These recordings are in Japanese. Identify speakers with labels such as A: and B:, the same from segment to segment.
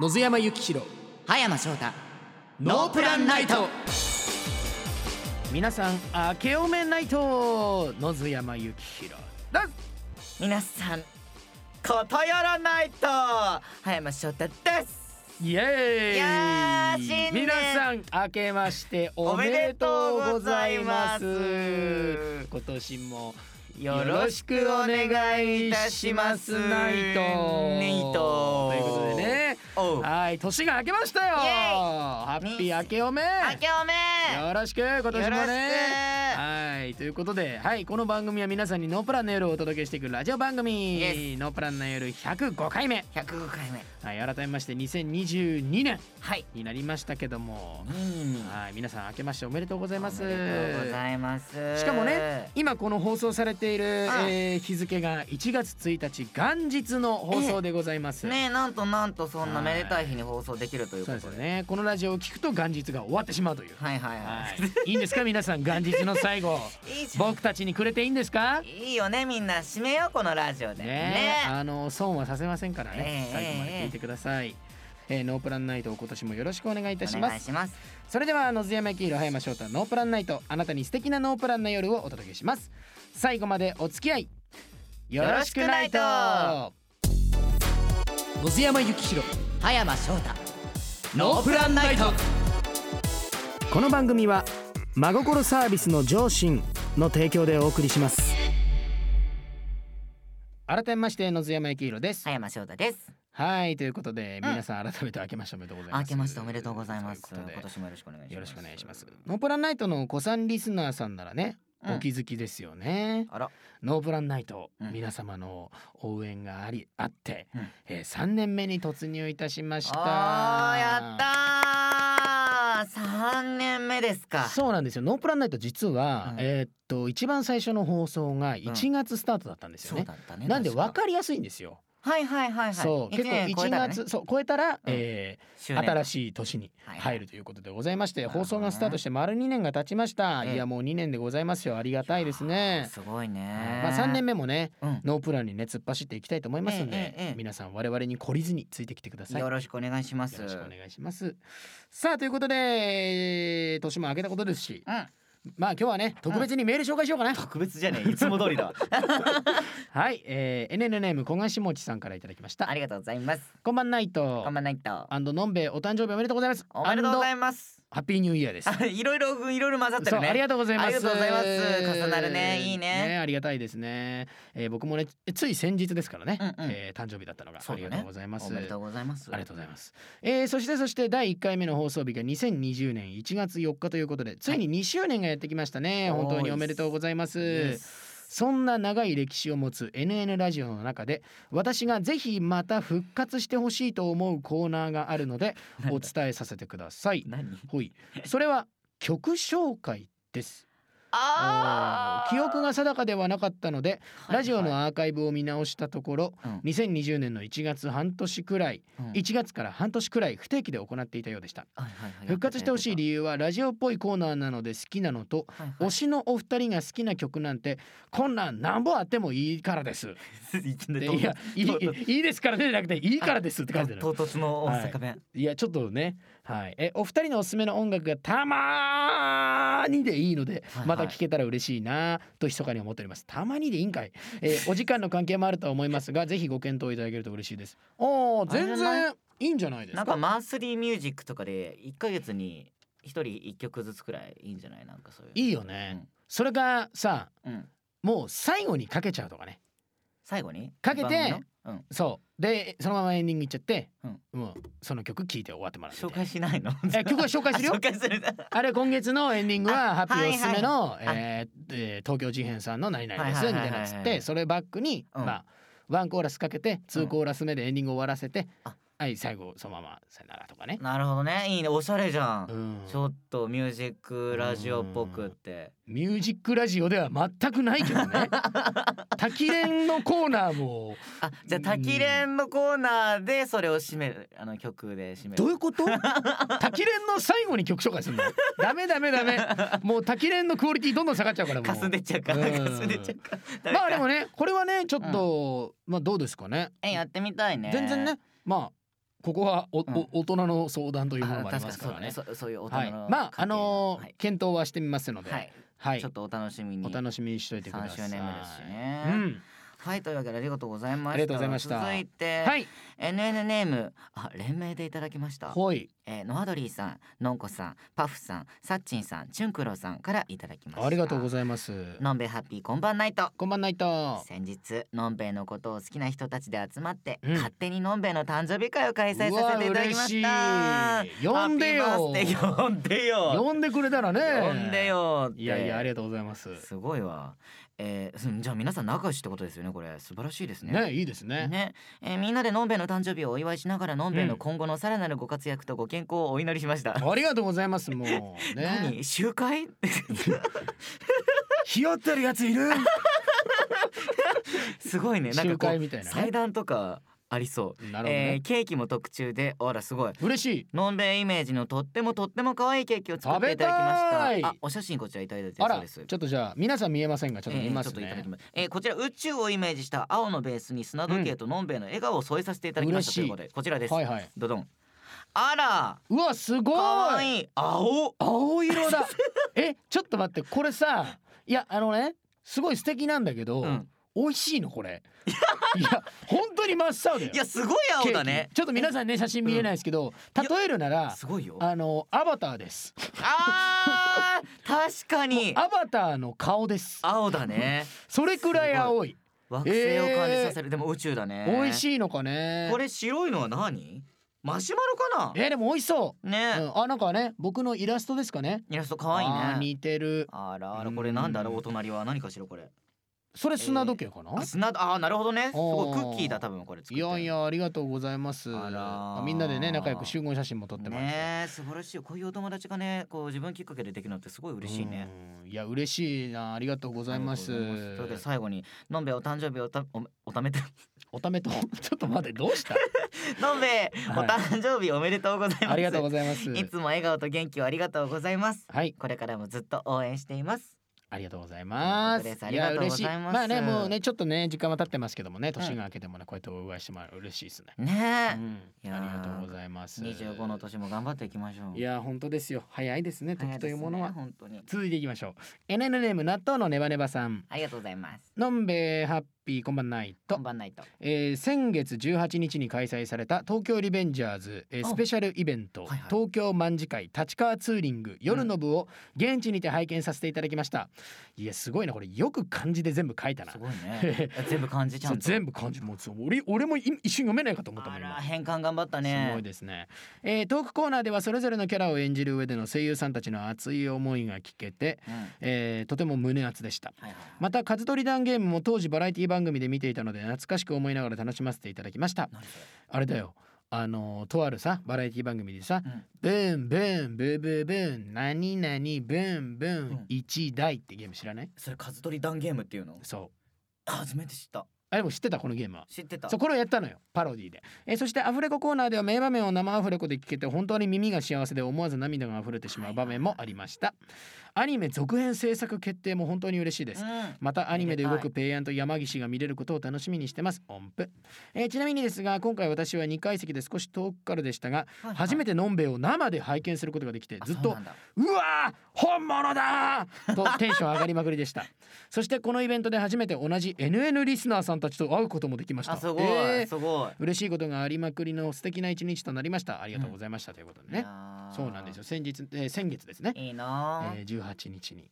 A: 野津山幸弘
B: 葉山翔太
A: ノープランナイト
C: 皆さん明けおめナイト野津山幸弘だ
B: 皆さんことよろないと葉山翔太です
C: イエーイ
B: いやー新年
C: 皆さん明けましておめでとうございます
B: おめでとうございます
C: 今年も
B: よろしくお願いいたします
C: ナイト
B: ナイト
C: ということでね
B: おう
C: はい年が明けましたよ
B: イエーイ
C: ハッピー明けおめ
B: 明けおめ
C: よろしく今年も
B: よろしく
C: ねはいということではいこの番組は皆さんにノープランの夜をお届けしていくラジオ番
B: イ
C: 組ノープランの夜105回目
B: 105回目
C: はい改めまして2022年
B: はい
C: になりましたけども
B: うん
C: はい皆さん明けましておめでとうございます
B: おめでとうございます
C: しかもね今この放送されている、
B: あ
C: えー日付が1月1日元日の放送でございます、
B: ねなんとなんとそんなめでたい日に放送できるという
C: そ
B: こ
C: う
B: と
C: です
B: で
C: よねこのラジオを聞くと元日が終わってしまうという、
B: はいはいは
C: はい、いいんですか皆さん元日の最後
B: いいいじゃん
C: 僕たちにくれていいんですかね
B: いいよねみんな締めようこのラジオで
C: え
B: ね
C: あの損はさせませんからね、
B: ええ
C: 最後まで聞いてください、えーノープランナイトを今年もよろしくお願いいたし
B: お
C: ま
B: 願い
C: す
B: します
C: それでは野津山黄色葉山翔太ノープランナイトあなたに素敵なノープランな夜をお届けします最後までお付き合いよろしくナイト
A: 野津山幸弘
B: 葉山翔太
A: ノープランナイト
C: この番組は真心サービスの上進の提供でお送りします改めまして野津山幸宏です
B: 葉山翔太です
C: はいということで
B: うん
C: 皆さん改めて明けましておめでとうございます
B: 明けましておめでとうございます
C: ということ
B: 今
C: で
B: 年もよろしくお願いします
C: よろしくお願いしますノープランナイトの子さんリスナーさんならね
B: うん
C: お気づきですよね、
B: あら
C: ノープランナイト、
B: うん
C: 皆様の応援がありあって、
B: うん
C: えー、3年目に突入いたしました
B: あーやったー三年目ですか
C: そうなんですよノープランナイト実は、
B: うん
C: えーっと一番最初の放送が1月スタートだったんですよね、
B: だったね
C: なんで分
B: 確
C: かりやすいんですよ、
B: はいはいはいはい
C: そう結構
B: 年超
C: 1
B: えたらね
C: 月そう超えたら、え
B: 周
C: ー
B: 年
C: 新しい年に
B: はい
C: 入るということでございまして、
B: なるほど
C: 放送
B: ね
C: がスタートして丸2年が経ちました、
B: ええ
C: いやもう2年でございますよありがたいですね
B: すごいね
C: まあ3年目もね
B: うん
C: ノープランにね突っ走っていきたいと思いますので、
B: ええええ
C: 皆さん我々に懲りずについてきてください。
B: よ
C: よろ
B: ろしくお願いします
C: しくお願いします。さあということでえー年も明けたことですし、
B: うん
C: まあ今日はね特別にメール紹介しようかな。
B: 特別じゃ ねえいつも通りだわ
C: はい、えー、NN ネーム小賀下もちさんからいただきました。
B: ありがとうございます
C: こんばんないと
B: 頑張。らないと
C: アンドのんべえお誕生日おめでとうございます。
B: おめでとうござ
C: アン
B: います
C: ド ハッピーニューイヤーです。
B: あいろいろいろいろ混ざって
C: そう
B: るね
C: ありがとうございます。
B: ありがとうございます重なるねいいね
C: ありがたいですね。えー、僕もねつい先日ですからね、
B: うんうん
C: えー誕生日だったのが、
B: そ
C: あ
B: うだ
C: り
B: ね
C: がとうございます。
B: おめでとうございます
C: ありがとうございます。えー、そしてそして第1回目の放送日が2020年1月4日ということでついに2周年がやってきましたね、
B: はい
C: 本当におめでとうございま
B: イ
C: す
B: エス
C: そんな長い歴史を持つ NN ラジオの中で私がぜひまた復活してほしいと思うコーナーがあるの でお伝えさせてください
B: 何
C: ほいそれは曲紹介です
B: あー
C: 記憶が定かではなかったのでラジオ
B: はい
C: のアーカイブを見直したところ
B: はいうん
C: 2020年の1月半年くらい
B: うん
C: 1月から半年くらい不定期で行っていたようでした
B: はいはいはい
C: 復活してほしい理由はラジオっぽいコーナーなので好きなのと
B: はいはい
C: 推しのお二人が好きな曲なんてこんなんなんぼあってもいいからです。
B: いきな
C: で
B: り唐突
C: いやいい
B: 唐突
C: いいですからねじゃなくていいからですって書いてある。
B: 唐突の大阪弁
C: いやちょっとねはいえお二人のおすすめの音楽がたまーにでいいので
B: はいはい
C: また聴けたら嬉しいなと密かに思っておりますたまにでいいんかい、え ーお時間の関係もあるとは思いますがぜひご検討いただけると嬉しい ですああ
B: あれじ
C: 全
B: ゃな
C: 然いいんじゃないです
B: なん
C: か
B: かマンスリーミュージックとかで一ヶ月に一人一曲ずつくらいいいんじゃないなんかそういう
C: いい
B: よ
C: よね、それがさ
B: うん、うん
C: もう最後にかけちゃうとかね
B: 最後に
C: かけて
B: 番組のうん
C: そうでそのままエンディングいっちゃって、
B: うん
C: もうその曲聴いて終わってもらうみたい
B: 紹
C: な
B: 介しないの
C: え曲は紹介するよ
B: あ紹介す る
C: あれ今月のエンディングは
B: あ
C: ハッピーおすすめの、
B: いはい
C: えーえー東京事変さんの何々です
B: は
C: み
B: いはい
C: た
B: はいいは
C: なっ
B: い
C: つってそれバックに、
B: うん
C: まあワンコーラスかけてツーコーラス目でエンディング終わらせて、
B: あ
C: はい最後そのままさよならとかね。
B: なるほどねいいねおしゃれじゃん、
C: うん
B: ちょっとミュージックラジオっぽくって
C: ミュージックラジオでは全くないけど ね。滝連のコーナーも
B: あじゃあ滝連のコーナーでそれを締めるあの曲で締める
C: どういうこと？滝連の最後に曲紹介するの？ダメダメダメ。もう滝連のクオリティどんどん下がっちゃうからもう。
B: かすんでっちゃうか
C: うん
B: かすんでっちゃうかダメ
C: ま
B: か
C: あでもねこれはねちょっと、まあどうですかね。
B: えやってみたいね
C: 全然ねまあここはお、お
B: うん
C: 大人の相談というもの
B: あ
C: もあり
B: 確か
C: ま
B: に
C: す
B: そ
C: か
B: う
C: らね
B: だね。そそういう大人
C: はい、
B: の
C: まああ
B: 家庭
C: のー
B: はい
C: 検討はしてみますので、
B: は
C: はい
B: い、ちょっとお楽しみに
C: お楽しみにしといてください。
B: 三周年目ですしね
C: うん、
B: はいというわけでありがとうございました
C: ありがとうございました
B: 続いて、
C: はい、
B: NN ネームあ連名でいただきました
C: ほい、
B: えー、ノアドリーさん、ノンコさん、パフさん、サッチンさん、チュンクロさんからいただきました。
C: ありがとうご
B: ざ
C: ざ
B: い
C: います。
B: ます。のんべいハッピーこんばんないと。
C: こんばんないと。
B: 先日のんべいのことを好きな人たちで集まって、
C: うん
B: 勝手にのんべいの誕生日会を開催
C: う
B: さ
C: わ
B: せていただきました
C: 嬉しい呼んでよ
B: ハッピーバースデー呼んでよ
C: 呼んでくれたらね。
B: 呼んで。よって
C: いやいやありがとうございます。
B: すごいわえー、 うんじゃあ皆さん仲良しってことですよねこれ素晴らしいですね
C: ねいいですね。
B: ねえーみんなでのんべいの誕生日をお祝いしながらのんべいの今後のさらなるご活躍とご健康をお祈りしま した、
C: ありがとうございます。 もうね。
B: 何集会
C: ひよってるやつ いる。
B: すごいねなんか
C: 集
B: こ
C: 会
B: う
C: みたいなね
B: 祭。壇とかありそう、
C: なるほど
B: え
C: ね
B: ー。ケーキも特注であらすごい
C: 嬉しい。
B: のんべいイメージのとってもとっても可愛いケーキを作っていただき
C: 食
B: まし
C: べ
B: た
C: たい
B: あお写真こちらいただいて
C: あ
B: るそう
C: ら、
B: です
C: ちょっとじゃあ皆さん見えませんがちょっと
B: え
C: 見
B: ー
C: ま
B: ちょっ
C: す
B: といただ
C: ね
B: き。ます、えーこちら宇宙をイメージした青のベースに砂時計とのんべいの笑顔を添えさせていただきましたということでこちらです、
C: はいはい。
B: どどんあら
C: うわすごい。
B: 可愛い青
C: 青色 だえちょっと待ってこれさいやあのねすごい素敵なんだけど、
B: うん
C: 美味しいのこれいや本当に真っ青だよ
B: いやすごい
C: ケー
B: 青
C: キ
B: だね
C: ちょっと皆さんね写真見えないですけど、
B: うんいや
C: 例えるなら
B: すごいよあ
C: あのアバターです
B: あー確かに
C: アバターの顔です
B: 青だね
C: それくらい青い
B: 惑星を感じさせる、でも宇宙だね
C: 美味しいのかね
B: これ白いのは何マシュマロかな
C: えでも美味しそ
B: ね
C: う、うん、あなんかね僕のイラストですかね
B: イラスト可愛い
C: あー
B: ね
C: 似てる
B: あらあらこれなんだろ
C: う
B: うんお隣は何かしらこれ
C: それ砂時計かな、
B: あ砂あーなるほどねすごい
C: お
B: ク
C: ー
B: ッキーだ多分これ作って
C: い
B: る
C: やいやありがとうございます
B: あらー
C: みんなでね仲良く集合写真も撮ってます、
B: ねえ素晴らしいこういうお友達がねこう自分きっかけでできるのってすごい嬉しいね
C: うん。いや嬉しいなありがとうございます
B: ありがとうございまというわけで最後にのんべえお誕生日をたおおためて
C: おためとちょっと待ってどう した
B: のんべえお
C: はい
B: 誕生日おめでとうございます
C: ありがとうございます
B: いつも笑顔と元気をありがとうございます
C: はい
B: これからもずっと応援しています
C: ありがとうございます
B: ということですあ
C: い
B: りが
C: や
B: とうござい
C: 嬉
B: ま
C: しい
B: す
C: まあねもうねちょっとね時間は経ってますけどもね年が明けてもねこうやってお祝いしてもらう嬉しいですね、
B: ね
C: う
B: い
C: ん、
B: やー
C: ありがとうございます
B: え25の年も頑張っていきましょう
C: いや本当ですよ早いですね
B: 早
C: 時というもの
B: です
C: は
B: ね本当に
C: 続いていきましょう NN ネーム納豆のネバネバさん
B: ありがとうございます
C: のんべえハッピーこんばんないと
B: こんばんないと
C: えー先月18日に開催された東京リベンジャーズ、えー
B: あ
C: スペシャルイベント、
B: はいはい
C: 東京卍会立川ツーリング夜の部を現地にて拝見させていただきました、いやすごいなこれよく漢字で全部書いたな
B: すごい ね全部漢字ちゃ
C: そうん
B: と
C: 全部漢字もうそう俺俺もい一瞬読めないかと思ったも
B: あ
C: ん
B: ら
C: 今
B: 変換頑張ったね
C: すごいですね、えートークコーナーではそれぞれのキャラを演じる上での声優さんたちの熱い思いが聞けて、
B: うんはい
C: えーとても胸熱でした
B: はいはい
C: また「数取り弾ゲーム」も当時バラエティ番組で見ていたので懐かしく思いながら楽しませていただきました
B: 何それ
C: あれだよあのとあるさバラエティ番組でさ
B: うん
C: 「ブンブンブーブーブン何々ブンブ
B: うん
C: ン一台」ってゲーム知らない
B: それ数取り弾ゲームっていうの
C: そう
B: 初めて知った
C: あでも知ってたこのゲームは。
B: 知ってた
C: そうこれをやったのよパロディで、えーそしてアフレココーナーでは名場面を生アフレコで聞けて本当に耳が幸せで思わず涙が溢れてしまう場面もありましたアニメ続編制作決定も本当に嬉しいです
B: うん
C: またアニメで動
B: めでた
C: くペイアンと山岸が見れることを楽しみにしてます音符、えーちなみにですが今回私は2階席で少し遠くからでしたが
B: はいはい
C: 初めてのんべえを生で拝見することができて
B: あ
C: ずっ
B: そう
C: と
B: なんだ
C: 「うわー本物だー!」とテンション上がりまくりでした そしてこのイベントで初めて同じ NN リスナーさんたちと会うこともできました
B: あすごい、
C: えー
B: すごい
C: 嬉しいことがありまくりの素敵な一日となりましたありがとうございました、ということで
B: い
C: ね
B: やー
C: そうなんですよ先日、えー先月ですね、
B: いいなあ
C: えー、18日に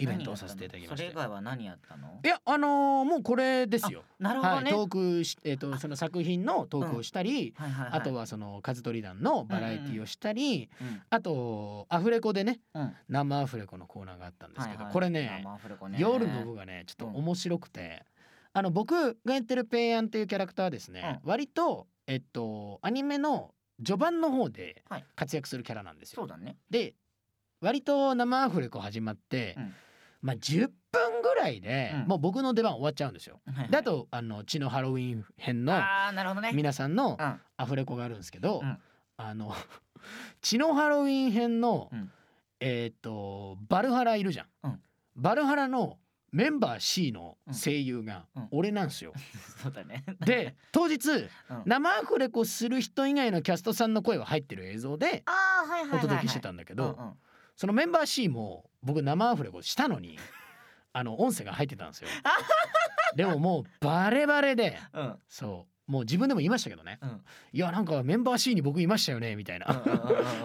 C: イベントをさせていただきまして
B: 何やったのそれ以外は何やったの
C: いやあのーもうこれですよ。
B: なるほ
C: は
B: ど
C: い、
B: ね、
C: トークしえっ、とその作品のトークをしたり、
B: はいはいは
C: あ
B: い
C: とはその数取り団のバラエティをしたり、
B: うん
C: あとアフレコでね
B: うんはい
C: 生アフレコのコーナーがあったんですけど、これね
B: 生アフレコね
C: 夜の部がねちょっと面白くて、あの僕がやってるペイアンっていうキャラクターはですね、割とえっとアニメの序盤の方で
B: はい
C: 活躍するキャラなんですよ。
B: そうだね
C: で割と生アフレコ始まって、
B: うん
C: まあ10分ぐらいで、
B: うん
C: もう僕の出番終わっちゃうんですよ。
B: はいはい
C: であとあの血のハロウィン編の
B: あーなるほどね
C: 皆さんの
B: うん
C: アフレコがあるんですけど、
B: うん
C: あの 血のハロウィン編の、
B: うん
C: えーっ、とバルハラいるじゃん。
B: うん
C: バルハラのメンバー C の声優が
B: うん
C: 俺なんですよ。
B: そうだね。
C: で当日、
B: うん
C: 生アフレコする人以外のキャストさんの声は入ってる映像で
B: あ あはいはいはい、はい。
C: お届けしてたんだけど、
B: うんうん
C: そのメンバー C も僕生アフレコしたのにあの音声が入ってたんです よ。でももうバレバレで
B: うんうん
C: そうもう自分でも言いましたけどね
B: うん
C: いやなんかメンバー C に僕いましたよねみたいな
B: うん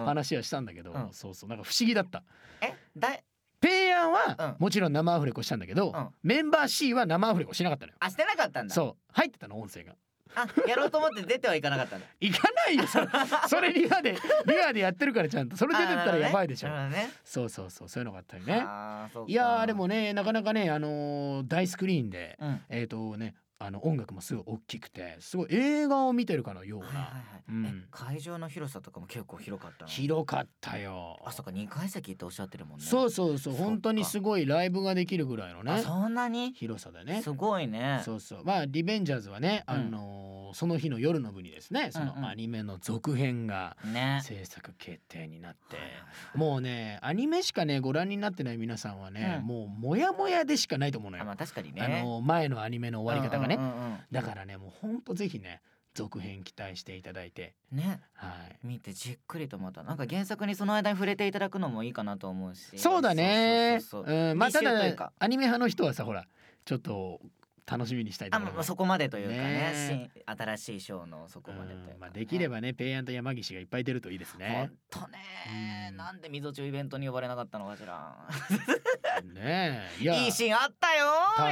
B: うん。
C: 話はしたんだけど、
B: うん
C: そうそうなんか不思議だった。
B: えだい
C: ペイヤン
B: うん
C: はもちろん生アフレコしたんだけど、
B: うん
C: メンバー C は生アフレコしなかったのよ。
B: あしてなかったんだ。う。
C: そう入ってたの音声が。
B: あやろうと思って出てはいかなかった んだ。
C: いかないよそ れそれリアでリアでやってるからちゃんとそれ出てったらやばいでしょ。
B: あーなる
C: そうそうそうそういうのがあったり
B: ほどね。
C: ね。
B: あーそうか
C: いやーでもねなかなかねあのー大スクリーンで
B: うん。はい
C: えっ、とねあの音楽もすごい大きくてすごい映画を見てるかのよう
B: はいは。
C: ないうん
B: え会場の広さとかも結構広かったの。
C: 広かったよ。
B: あそっか二階席っておっしゃってるもんね。
C: そううそうそう
B: そっか
C: 本当にすごいライブができるぐらいの
B: ね。
C: ね
B: そんなに。
C: 広さでね。
B: すごいね。
C: そうそうまあリベンジャーズはね、
B: うん
C: あのーその日の夜の部にですねそ
B: うんうん
C: のアニメの続編が
B: ね。
C: 制作決定になって、
B: はいはいはい
C: もうねアニメしかねご覧になってない皆さんはね、
B: うん
C: もうモヤモヤでしかないと思うの
B: あ
C: よ、
B: まあ確かにね。
C: あの前のアニメの終わり方がね、
B: うんうんうん
C: だからねもうほんとぜひね続編期待していただいて
B: うんね
C: はい
B: 見てじっくりとまたなんか原作にその間に触れていただくのもいいかなと思うし。
C: そうだね
B: そうそうそう
C: うんまあた
B: 履修
C: だ
B: というか
C: アニメ派の人はさほらちょっと楽しみにしたいと
B: あ
C: 思
B: ま
C: い
B: あ
C: ます
B: そこまでというかね
C: ね
B: 新新しいショーのそこまでというかね、
C: うんまあ、できればねペイアンと山岸がいっぱい出るといいです
B: ね
C: ね。
B: ほんとね
C: うん
B: なんでみぞちゅイベントに呼ばれなかったのかしら
C: ねえい
B: いいシーンあったよ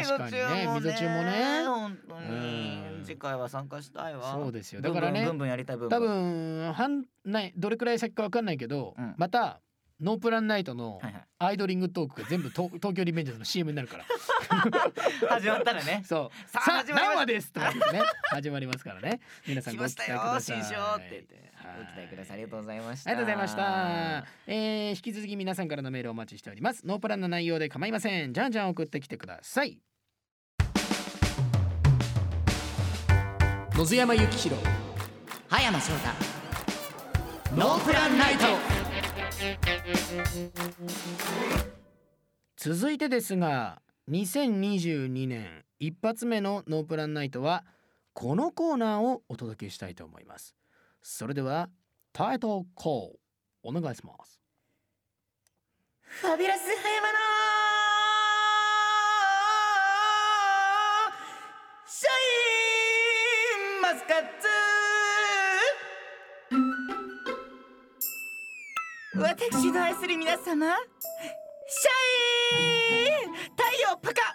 C: 確かにね
B: みぞち
C: みぞちゅ
B: ゅもね
C: もね
B: 本当に、
C: うん
B: 次回は参加したいわ
C: そうですよだからね
B: ブンブンブンブンやりたいブンブン
C: 多分半ないどれくらい先かわかんないけど、
B: うん
C: またノープランナイトの
B: はいはい
C: アイドリングトークが全部東 東京リベンジャーズの CM になるから。
B: 始まったらね
C: そう。
B: さあ
C: さあ
B: 始まりました
C: 生ですとか言ってね始まりますからね。 皆さん
B: 来
C: ご
B: ま
C: 期
B: した
C: 待く
B: よ
C: ださい。
B: 新章って言って
C: はい
B: ご期待くださいありがとうございました
C: ありがとうございました。えー引き続き皆さんからのメールをお待ちしております。ノープランの内容で構いません。じゃんじゃん送ってきてください。
A: 野津山幸弘
B: 葉山翔太
A: ノープランナイト
C: 続いてですが2022年一発目の「ノープランナイト」はこのコーナーをお届けしたいと思いますそれではタイトルコールお願いします
B: ファビュラス葉山のシャインマスカッツ私の愛する皆様シャイン太陽パカ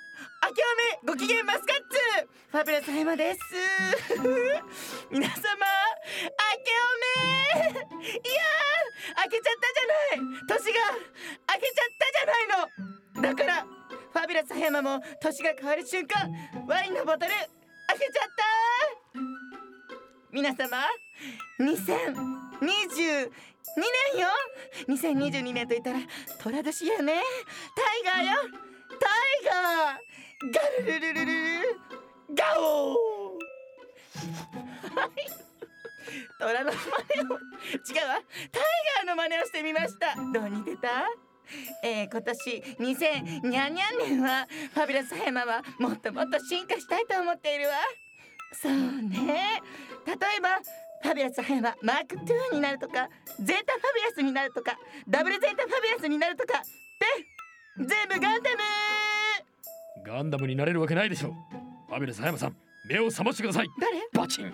B: 明けおめご機嫌マスカッツファビュラス葉山です 皆様明けおめいやー開けちゃったじゃない年が開けちゃったじゃないのだからファビュラス葉山も年が変わる瞬間ワインのボトル開けちゃった皆様2022年よ2022年と言ったら寅年やねタイガーよタイガーガルルルルルルガオー虎の真似を違うわタイガーの真似をしてみましたどう似てたえー、今年2000にゃんにゃん年はファビュラス葉山はもっともっと進化したいと思っているわそうね例えばファビュラス葉山マーク2になるとかゼータファビュラスになるとかダブルゼータファビュラスになるとかで全部ガンダム
C: ガンダムになれるわけないでしょうアベレス葉山さん目を覚ましてください
B: 誰
C: バチン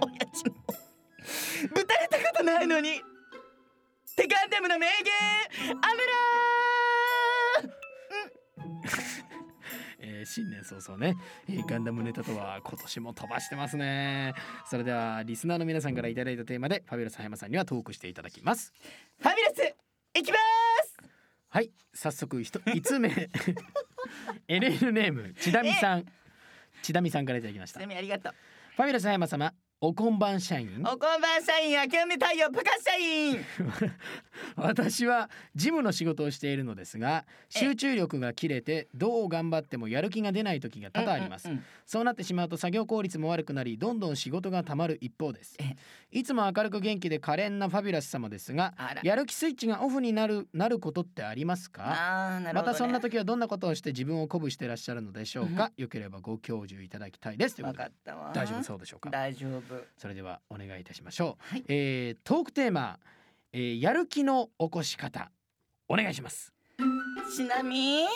B: 親父もぶたれたことないのにテガンダムの名言アムラー
C: えー新年早々ね、えーガンダムネタとは今年も飛ばしてますねそれではリスナーの皆さんからいただいたテーマでファビュラス葉山さんにはトークしていただきます
B: ファビュラス行きま
C: はい早速 一5つ目 LL ネームちだみさんちだみさんからいただきまし
B: すち
C: た
B: なみにありがとう
C: ファミラス葉山様おこんばん社員
B: おこんばん社員あけみ太陽プカ社員
C: 私は事務の仕事をしているのですが集中力が切れてどう頑張ってもやる気が出ない時が多々あります、
B: うんうんうん
C: そうなってしまうと作業効率も悪くなりどんどん仕事がたまる一方ですいつも明るく元気で可憐なファビュラス様ですが
B: あら
C: やる気スイッチがオフになるなることってありますか
B: あーなる
C: ま
B: ほど、
C: た
B: ね、
C: そんな時はどんなことをして自分を鼓舞してらっしゃるのでしょうか、よければご教授いただきたいですというこ
B: わ
C: と
B: か
C: で
B: ったわ
C: 大丈夫そうでしょうか
B: 大丈夫
C: それではお願いいたしましょう、
B: はい
C: えートークテーマ、えーやる気の起こし方お願いします
B: ちなみに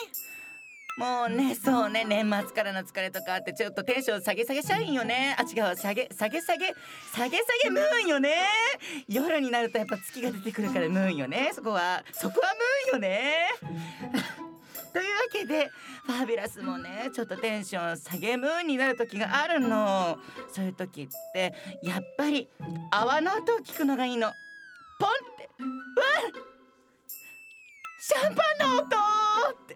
B: もうねそうね年末からの疲れとかあってちょっとテンション下げ下げ社員よねあ違う下げ下げ下げ下げ下げムーンよね夜になるとやっぱ月が出てくるからムーンよねそこはそこはムーンよね というわけでファビュラスもねちょっとテンション下げムーンになる時があるのそういう時ってやっぱり泡の音を聞くのがいいのポンってうわシャンパンの音って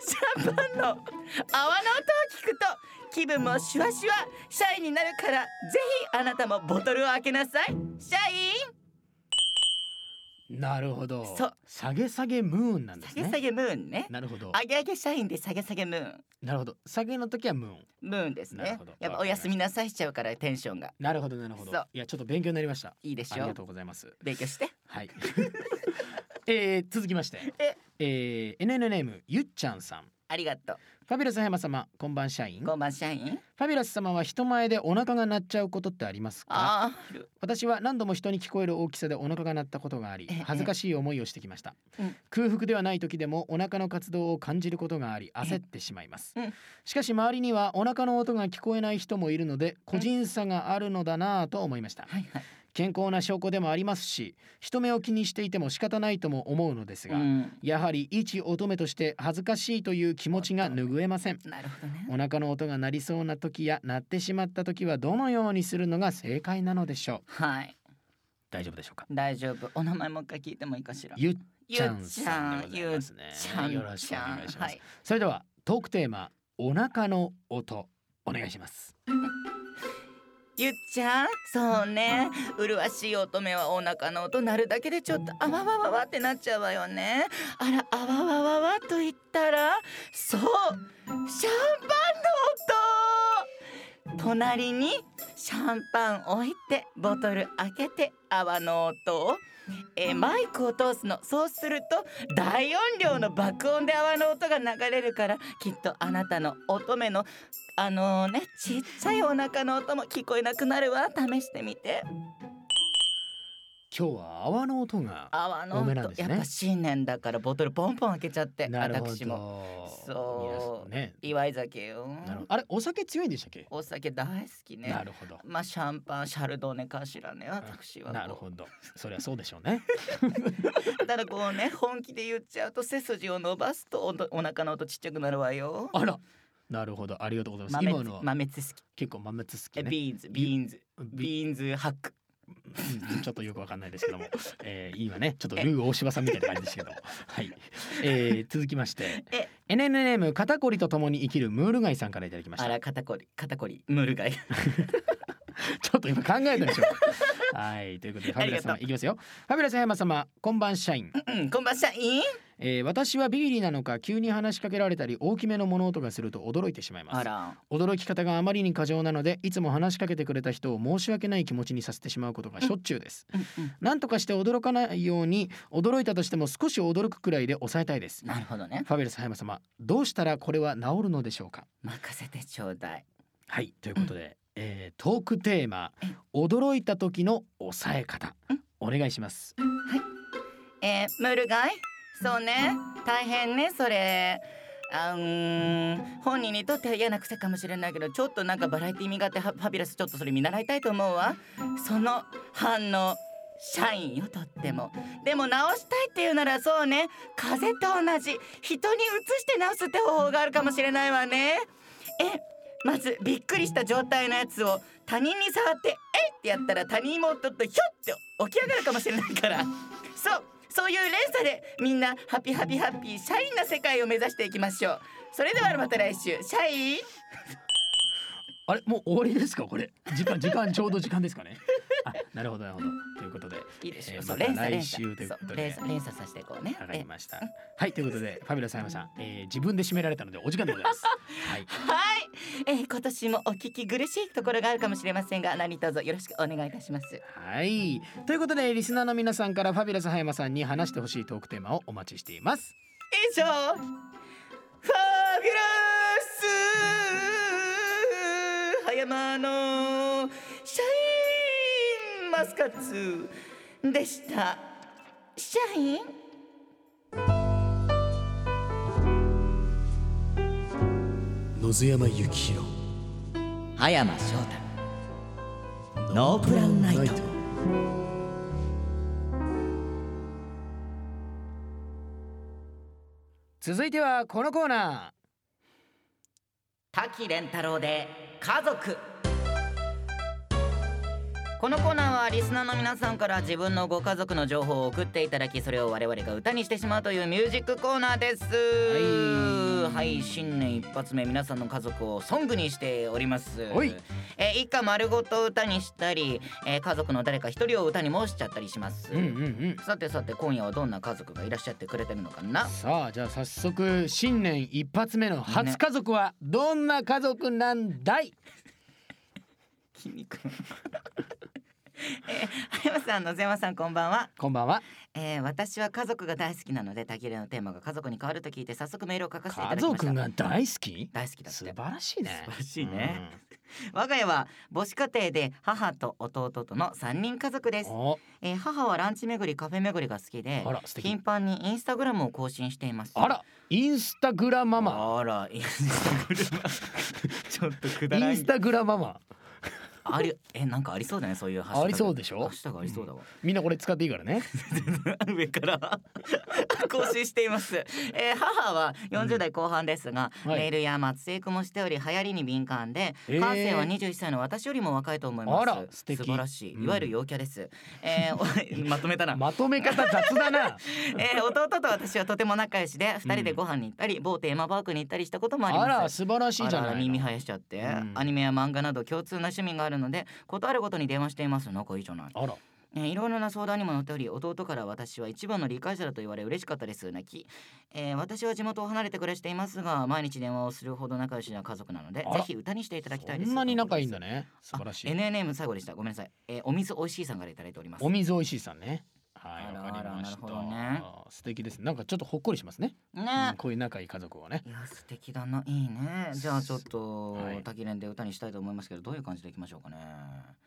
B: シャンパンの泡の音を聞くと気分もシュワシュワシャイになるからぜひあなたもボトルを開けなさいシャイ
C: なるほど
B: そう
C: 下げ下げムーンなんです
B: 下げ
C: ね
B: 下げムーンね
C: なるほど
B: あげあげ社員で下げ下げムーン
C: なるほど下げの時はムーン
B: ムーンです
C: なる
B: ね
C: ほど
B: やっぱおやすみなさいしちゃうからテンションが
C: なるほどなるほど
B: そう
C: いやちょっと勉強になりました
B: いいでし
C: あり
B: ょ
C: が
B: う
C: とうございます
B: 勉強して
C: はい、 えー、続きまして
B: え
C: えー、NN ネームゆっちゃんさん
B: ありがとう
C: ファビュラス葉山様こんばん社員
B: こ
C: フ
B: んばん社員
C: ァビュラス様は人前でお腹が鳴っちゃうことってありますか
B: あー
C: 私は何度も人に聞こえる大きさでお腹が鳴ったことがあり
B: ええ
C: 恥ずかしい思いをしてきました、
B: うん
C: 空腹ではない時でもお腹の活動を感じることがあり焦ってしまいます、
B: うん
C: しかし周りにはお腹の音が聞こえない人もいるので個人差があるのだなぁと思いました、
B: はいはい
C: 健康な証拠でもありますし人目を気にしていても仕方ないとも思うのですが、
B: うん
C: やはり一乙女として恥ずかしいという気持ちが拭えません
B: なるほどね
C: お腹の音が鳴りそうな時や鳴ってしまった時はどのようにするのが正解なのでしょう
B: はい
C: 大丈夫でしょうか
B: 大丈夫お名前もう一回聞いてもいいかしら
C: ゆっ
B: ゆっ
C: ちゃん
B: ちゃ
C: さんでご
B: ん
C: ざ
B: ゆ
C: い
B: っ
C: ますね
B: ちゃん
C: よろしくお願いします、
B: はい
C: それではトークテーマお腹の音お願いします
B: ゆっちゃんそうね麗しい乙女はお腹の音鳴るだけでちょっとあわわわわってなっちゃうわよねあらあわわわわと言ったらそうシャンパンの音隣にシャンパン置いてボトル開けて泡の音をえーマイクを通すのそうすると大音量の爆音で泡の音が流れるからきっとあなたの乙女のあのねちっちゃいお腹の音も聞こえなくなるわ試してみて
C: 今日は泡の音が
B: 泡の
C: 多め
B: 音、
C: なんです
B: や
C: ね
B: っぱ新年だからボトルポンポン開けちゃって
C: なるほど
B: 私もそう
C: 皆さんね
B: 祝い酒よ
C: なるほどあれお酒強いんでしたっけ、
B: お酒大好きね
C: なるほど
B: まあシャンパンシャルドネかしらね私は
C: なる
B: ど
C: ほどそりゃそうでしょう ね
B: ただこうね本気で言っちゃうと背筋を伸ばすとおとお腹の音ちっちゃくなるわよ
C: あらなるほどありがとうございます
B: 豆
C: 今のは
B: 豆知識
C: 結構豆知識
B: え
C: ね
B: ビーンズビーンズ
C: び
B: ビーンズハック
C: うんちょっとよくわかんないですけど も、えー、今ねちょっとルー大柴さんみたいな感じですけども はい、えー、続きまして
B: え
C: NNM 肩こりとともに生きるムール貝さんからいただきまし
B: あ
C: た
B: ら肩こり肩こりムール貝
C: ちょっと今考えたでしょうはいということでファビュラス
B: あ
C: 様
B: りがと
C: いきますよファビュラス葉山様こんばん社員、
B: うんこんばんしゃい
C: えー、私はビビリなのか急に話しかけられたり大きめの物音がすると驚いてしまいま
B: あ
C: す
B: ら
C: 驚き方があまりに過剰なのでいつも話しかけてくれた人を申し訳ない気持ちにさせてしまうことがしょっちゅうです
B: うんうん
C: なんとかして驚かないように驚いたとしても少し驚くくらいで抑えたいです。
B: なるほどね
C: ファビュラス葉山様どうしたらこれは治るのでしょうか
B: 任せてちょうだい
C: はいということで、えートークテーマ驚いた時の抑え方お願いします
B: えー、ムール貝そうね大変ねそれあうーん本人にとっては嫌な癖かもしれないけどちょっとなんかバラエティー苦手ファファビュラスちょっとそれ見習いたいと思うわその反応社員よとってもでも直したいっていうならそうね風邪と同じ人に移して直すって方法があるかもしれないわねえまずびっくりした状態のやつを他人に触って「えい!」ってやったら他人もちょっとひょって起き上がるかもしれないからそうそういう連鎖でみんなハピハピハッピー社員な世界を目指していきましょうそれではまた来週社員
C: あれもう終わりですかこれ時 間時間ちょうど時間ですかねあなるほどなるほどということで
B: いいでしょ
C: えー
B: う。そう
C: また
B: 連鎖連
C: 来週という
B: 鎖そ
C: こと
B: う
C: で
B: 連鎖連鎖させていこうね。
C: 上が
B: え
C: りましたはいということでファビュラス・ハイマさん、えー、自分で締められたのでお時間でご ざいますはい
B: はい、えー、今年もお聞き苦しいところがあるかもしれませんが何卒よろしくお願いいたします
C: はいということでリスナーの皆さんからファビュラス・ハイマさんに話してほしいトークテーマをお待ちしています
B: 以上ファビュラス葉山のシャインマスカッツでしたシャイン
A: 野津山幸宏
B: 葉山翔太
A: ノープランナイト
C: 続いてはこのコーナ
B: 滝蓮太郎で家族このコーナーはリスナーの皆さんから自分のご家族の情報を送っていただきそれを我々が歌にしてしまうというミュージックコーナーです
C: は
B: はい、新年一発目皆さんの家族をソングにしております
C: おい
B: えー一家丸ごと歌にしたり、えー家族の誰か一人を歌に申しちゃったりします、
C: ーうんうんうん
B: さてさて今夜はどんな家族がいらっしゃってくれてるのかな
C: さあじゃあ早速新年一発目の初家族はどんな家族なんだい、
B: 筋肉えー、はやさんのぜまさんこんばんは、
C: こんばんは
B: えー、私は家族が大好きなのでたぎれのテーマが家族に変わると聞いて早速メールを書かせていた
C: 家
B: だきました
C: 族が大好き
B: 大好きだっ
C: 素
B: て
C: 晴らしいね
B: 素晴らしいね、我が家は母子家庭で母と弟との3人家族で
C: うん
B: す、
C: お
B: えー、母はランチ巡りカフェ巡りが好きで
C: あら素敵
B: 頻繁にインスタグラムを更新しています
C: あらインスタグラママ
B: あらインスタグ ラムちょっとくだ
C: イ
B: らん
C: ンスタグラママ
B: ありえなんかありそうだねそういうハッシュタグ
C: ありそうでしょ
B: ハッシュタグありそうだわ、
C: みんなこれ使っていいからね
B: 上から 更新しています、えー母は40代後半ですが、
C: うんはい
B: メールや松江育もしており流行りに敏感で、
C: えー
B: 感性は21歳の私よりも若いと思います
C: あら素敵
B: 晴らし
C: うん
B: いいわゆる陽キャです、えーおまとめたな、
C: まとめ方雑だな
B: えー弟と私はとても仲良しで二人でご飯に行ったり、某テーマパークに行ったりしたこともあり
C: あ
B: ます
C: ら素晴らしいじゃ
B: あら
C: な
B: あら
C: い
B: 耳
C: の
B: 生やしちゃって、
C: うん
B: アニメや漫画など共通な趣味があるのでことあるごとに電話しています仲いいじゃない
C: あら
B: えーいろいろな相談にも乗っており弟から私は一番の理解者だと言われ嬉しかったです泣き、えー私は地元を離れて暮らしていますが毎日電話をするほど仲良しな家族なのでぜ
C: あら
B: ひ歌にしていただきたいです
C: そんなに仲いいんだ
B: ね
C: ね素晴らしい
B: NNM 最後でしたごめんなさい、えーお水おいしいさんからいただいております
C: お水おいしいさんねはい
B: あら
C: わかりま
B: あらな
C: し
B: る
C: た
B: ほどね
C: あー素敵ですなんかちょっとほっこりしますね、
B: ね
C: うんこういう仲いい家族はね
B: いや素敵だないいねじゃあちょっと
C: はい
B: 滝連で歌にしたいと思いますけどどういう感じでいきましょ うかね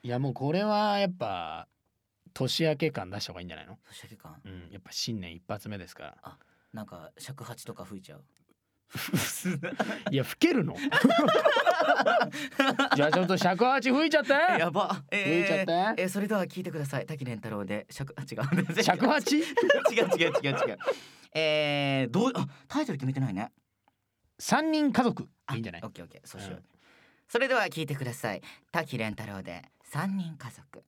C: いやもうこれはやっぱ年明け感出した方がいいんじゃないの
B: 年明け感
C: うんやっぱ新年一発目ですから
B: なんか尺八とか吹い ちゃう
C: いや吹けるのじゃあちょっと尺八吹いちゃって
B: やば
C: 吹いちゃって、
B: えーそれでは聞いてください滝蓮太郎で尺 あ違 う
C: 尺八
B: 違う違う違う違うえー、どうあタイトル決めてないね
C: 三人家族
B: あ
C: いいんじゃない
B: オッケーオッケーそうしよう、
C: うん
B: それでは聞いてください滝蓮太郎で三人家族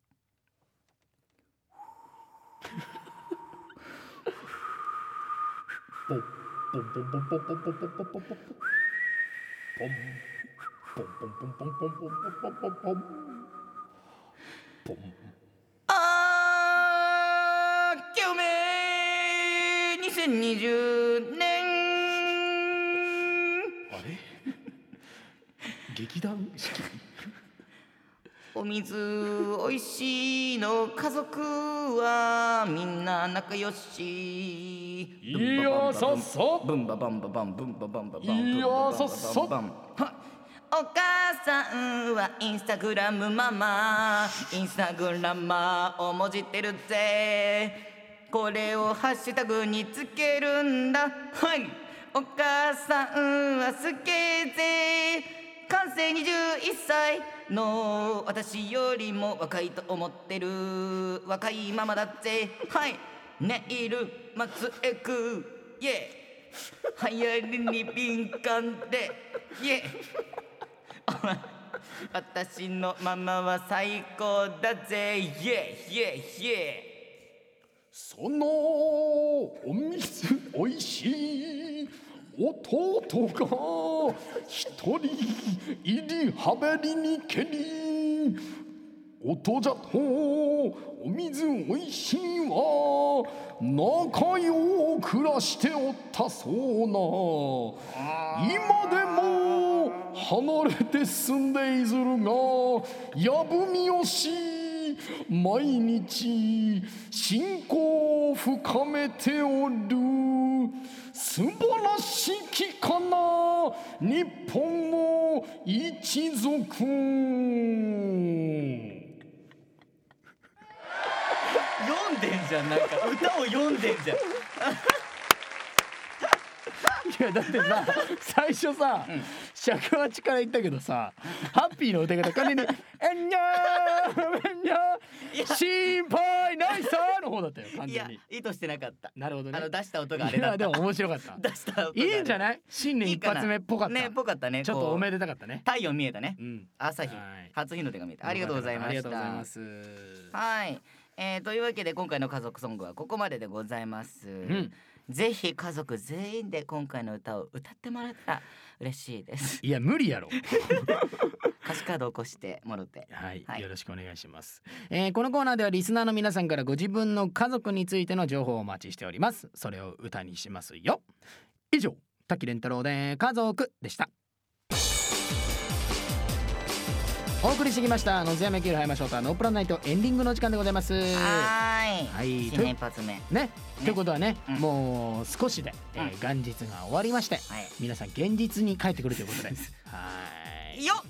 B: あーきょめ2020年
C: あれ劇団式
B: お水おいしいの家族はみんな仲良し
C: いやさっさ
B: ブンババンババンブンババンババン
C: いやさっさ
B: ブンババンバンはいお母さんはインスタグラムママインスタグラマーをもじってるぜこれをハッシュタグにつけるんだはいお母さんはすけぜ完成21歳の私よりも若いと思ってる若いママだぜはいネイル松江区イエー流行りに敏感でイエ 私のママは最高だぜイエイエイエ
C: そのお水おいしい
D: 弟が一人入りはべりにけり音じゃとお水おいしいわ仲よう暮らしておったそうな今でも離れて住んでいずるがやぶみをし毎日信仰を深めておる素晴らしきかな日本の一族
B: 読んでんじゃんなんか歌を読んでんじゃん
C: いやだって さ最初さ、尺八から言ったけどさハッピーの歌い方完全に 「えんにゃーえんにゃー心配ないさ」の方だったよ完
B: い
C: 全
B: や
C: に。
B: 意図してなかった
C: なるほどね。
B: あの出した音があ
C: い
B: れだ
C: や
B: った
C: でも面白か った。
B: 出した音
C: いいんじゃ
B: い
C: ない新年
B: いい
C: 一
B: かな
C: 発目っぽかった。
B: ねぽかったね
C: ちょっとおめ
B: で
C: でたかったね。
B: 太陽見えたね
C: うん。
B: 朝日
C: はい
B: 初日の出が見えたありがとうございました
C: ありがとうございます。
B: はい、えー、というわけで今回の家族ソングはここまででございます、
C: うん。
B: ぜひ家族全員で今回の歌を歌ってもらったら嬉しい です
C: いや無理や ろ。
B: 歌詞カードを起こしてもろて
C: はい、
B: はい
C: よろしくお願いします、えーこのコーナーではリスナーの皆さんからご自分の家族についての情報をお待ちしておりますそれを歌にしますよ以上滝廉太郎で家族でしたお送りしてきました野津山キルハイマショーターノープランナイトエンディングの時間でございますは
B: はい
C: い
B: 新
C: とい
B: 年一発目は
C: ねということはね、
B: うん
C: もう少しで、えー元日が終わりまして
B: い
C: 皆さん現実に帰ってくるという ことではい
B: よっ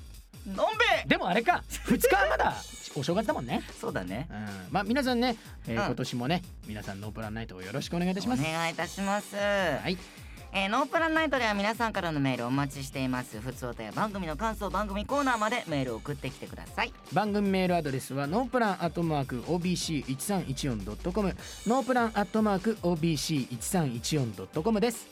B: のんべえ
C: でもあれか2日はまだお正月だもんね
B: そうだね
C: うんまあ皆さんね、えー
B: うん
C: 今年もね皆さんノープランナイトをよろしくお願いいたし
B: お
C: ます。
B: 願いいたします、
C: はい、
B: えーノープランナイトでは皆さんからのメールをお待ちしていますふつおたや番組の感想番組コーナーまでメールを送ってきてください
C: 番組メールアドレスはノープランアットマーク obc1314.com ノープランアットマーク obc1314.com です。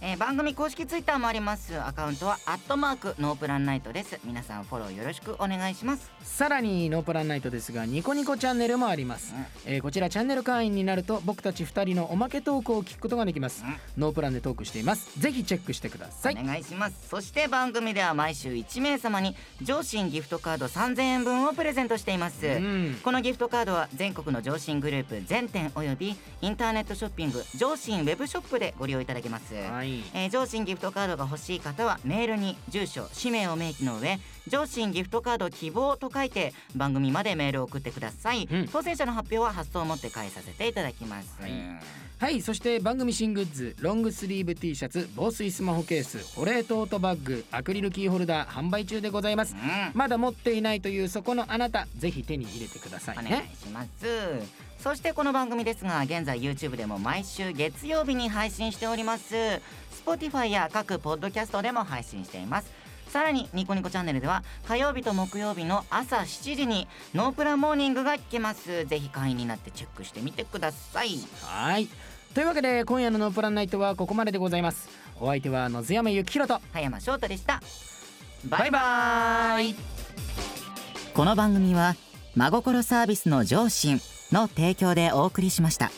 B: えー番組公式ツイッターもありますアカウントはアットマークノープランナイトです皆さんフォローよろしくお願いします
C: さらにノープランナイトですがニコニコチャンネルもあります、えーこちらチャンネル会員になると僕たち2人のおまけトークを聞くことができます、
B: うん
C: ノープランでトークしていますぜひチェックしてください
B: お願いしますそして番組では毎週1名様に上信ギフトカード3000円分をプレゼントしています、
C: うん
B: このギフトカードは全国の上信グループ全店およびインターネットショッピング上信ウェブショップでご利用いただけます、
C: はい
B: えー上信ギフトカードが欲しい方はメールに住所氏名を明記の上上信ギフトカード希望と書いて番組までメールを送ってください、
C: うん
B: 当選者の発表は発送をもって返させていただきます、
C: はいはいそして番組新グッズロングスリーブ T シャツ防水スマホケース保冷トートバッグアクリルキーホルダー販売中でございます
B: うん
C: まだ持っていないというそこのあなたぜひ手に入れてください
B: お願い
C: ね
B: しますそしてこの番組ですが現在 YouTube でも毎週月曜日に配信しております Spotify や各ポッドキャストでも配信していますさらにニコニコチャンネルでは火曜日と木曜日の朝7時にノープランモーニングが聞けますぜひ会員になってチェックしてみてください
C: はいというわけで今夜の「ノープランナイト」はここまででございますお相手は野津山幸宏と
B: 葉山翔太でしたバイバイこの番組は真心サービスの上進の提供でお送りしました